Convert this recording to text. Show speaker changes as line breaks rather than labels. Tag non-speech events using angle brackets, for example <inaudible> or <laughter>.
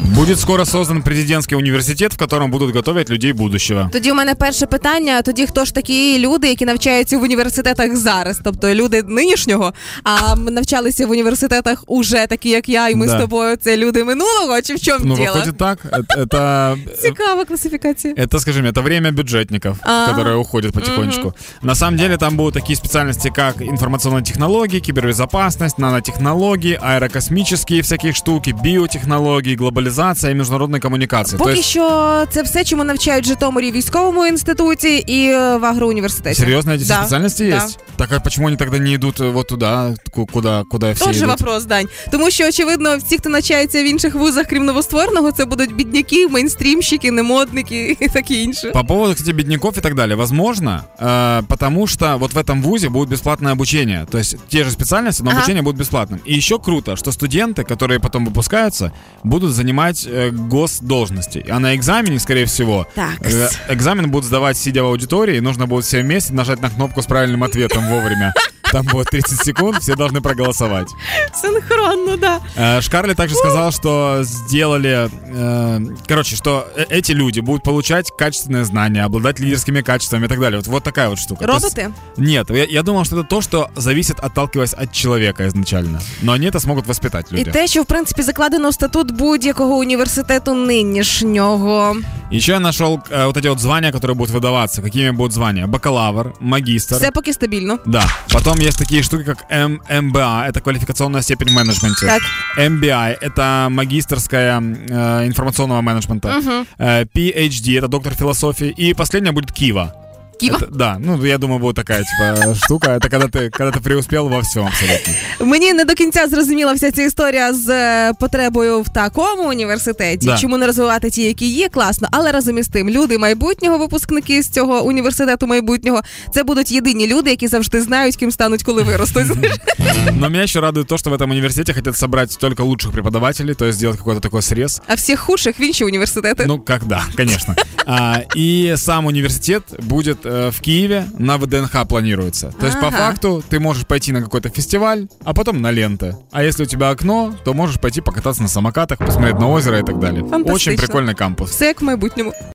Будет скоро создан президентский университет, в котором будут готовить людей будущего.
Тоді у мене перше питання: тоді хто ж такі люди, які навчаються в університетах зараз? Тобто люди нинішнього, а м, навчалися в університетах уже такі, як я, і ми
Да.
з тобою це люди минулого. Чи в чому
Ну,
діло?
выходит так. Э- Это, э,
Цікава класифікація.
это, скажи мне, это время бюджетников,
А.
которые уходят потихонечку. На самом деле там будут такие специальности, как информационные технологии, кибербезопасность, нанотехнологии, аэрокосмические всякие штуки, биотехнологии, глобализация и международные коммуникации. То
Поки
есть
що це все, чому навчають в Житомирі в військовому інституті і е, в агроуніверситеті.
серьезно эти
Да,
специальности
да.
есть? Так а почему они тогда не идут э, вот туда, ку- куда, куда все
Тоже
идут?
вопрос, Дань. Тому що очевидно, всі, хто навчається в інших вузах, крім новоствореного, це будуть бідняки, мейнстрімщики, немодники і таке інше.
По поводу, кстати, бедняков и так далее. Возможно, э, потому что вот в этом вузе будет бесплатное обучение. То есть те же специальности, но
Ага.
обучение будет бесплатным. И еще круто, что студенты, которые потом выпускаются, будут занимать э, госдолжности. А на экзамене, скорее всего,
Так. <laughs>
э, экзамен будут сдавать сидя в аудитории, и нужно будет все вместе нажать на кнопку с правильным ответом вовремя. Там будет 30 секунд, все должны проголосовать.
Синхронно, да.
Э, Шкарли также сказал, что сделали... э, Короче, что э- эти люди будут получать качественные знания, обладать лидерскими качествами и так далее. Вот, вот такая вот штука. То есть-
Роботи?
Нет, я, я думал, что это то, что зависит, отталкиваясь от человека изначально. Но они это смогут воспитать
І
люди.
те, що в принципі закладено в статут будь-якого університету нинішнього.
Еще я нашел э, вот эти вот звания, которые будут выдаваться. Какими будут звания? Бакалавр, магистр.
Все поки стабільно.
Да. Потом есть такие штуки, как М- МБА, это квалификационная степень в менеджменте.
Так.
MBI, А, это магистрская э, информационного менеджмента.
Мгм.
Э, PhD, это доктор философии. И последняя будет Кива.
Кива?
Это- да, ну я думаю, будет такая типа <laughs> штука. Это когда ты, когда ты преуспел во всем абсолютно.
Мені не до кінця зрозуміла вся ця історія з е, потребою в такому університеті.
Да.
Чому не розвивати ті, які є, класно, але разом із тим, люди майбутнього, випускники з цього університету майбутнього, це будуть єдині люди, які завжди знають, ким стануть,
<laughs>
коли виростуть.
Но меня еще радует то, что в этом университете хотят собрать только лучших преподавателей, то есть сделать какой-то такой срез.
А всіх худших в інші університети.
Ну, когда, конечно.
<laughs>
А, и сам университет будет э, в Киеве на ВДНХ планируется. То есть, по
Ага.
факту, ты можешь пойти на какой-то фестиваль, а потом на ленты. А если у тебя окно, то можешь пойти покататься на самокатах, посмотреть на озеро и так далее. Очень
Фантастично.
прикольный кампус.
Все як в майбутньому.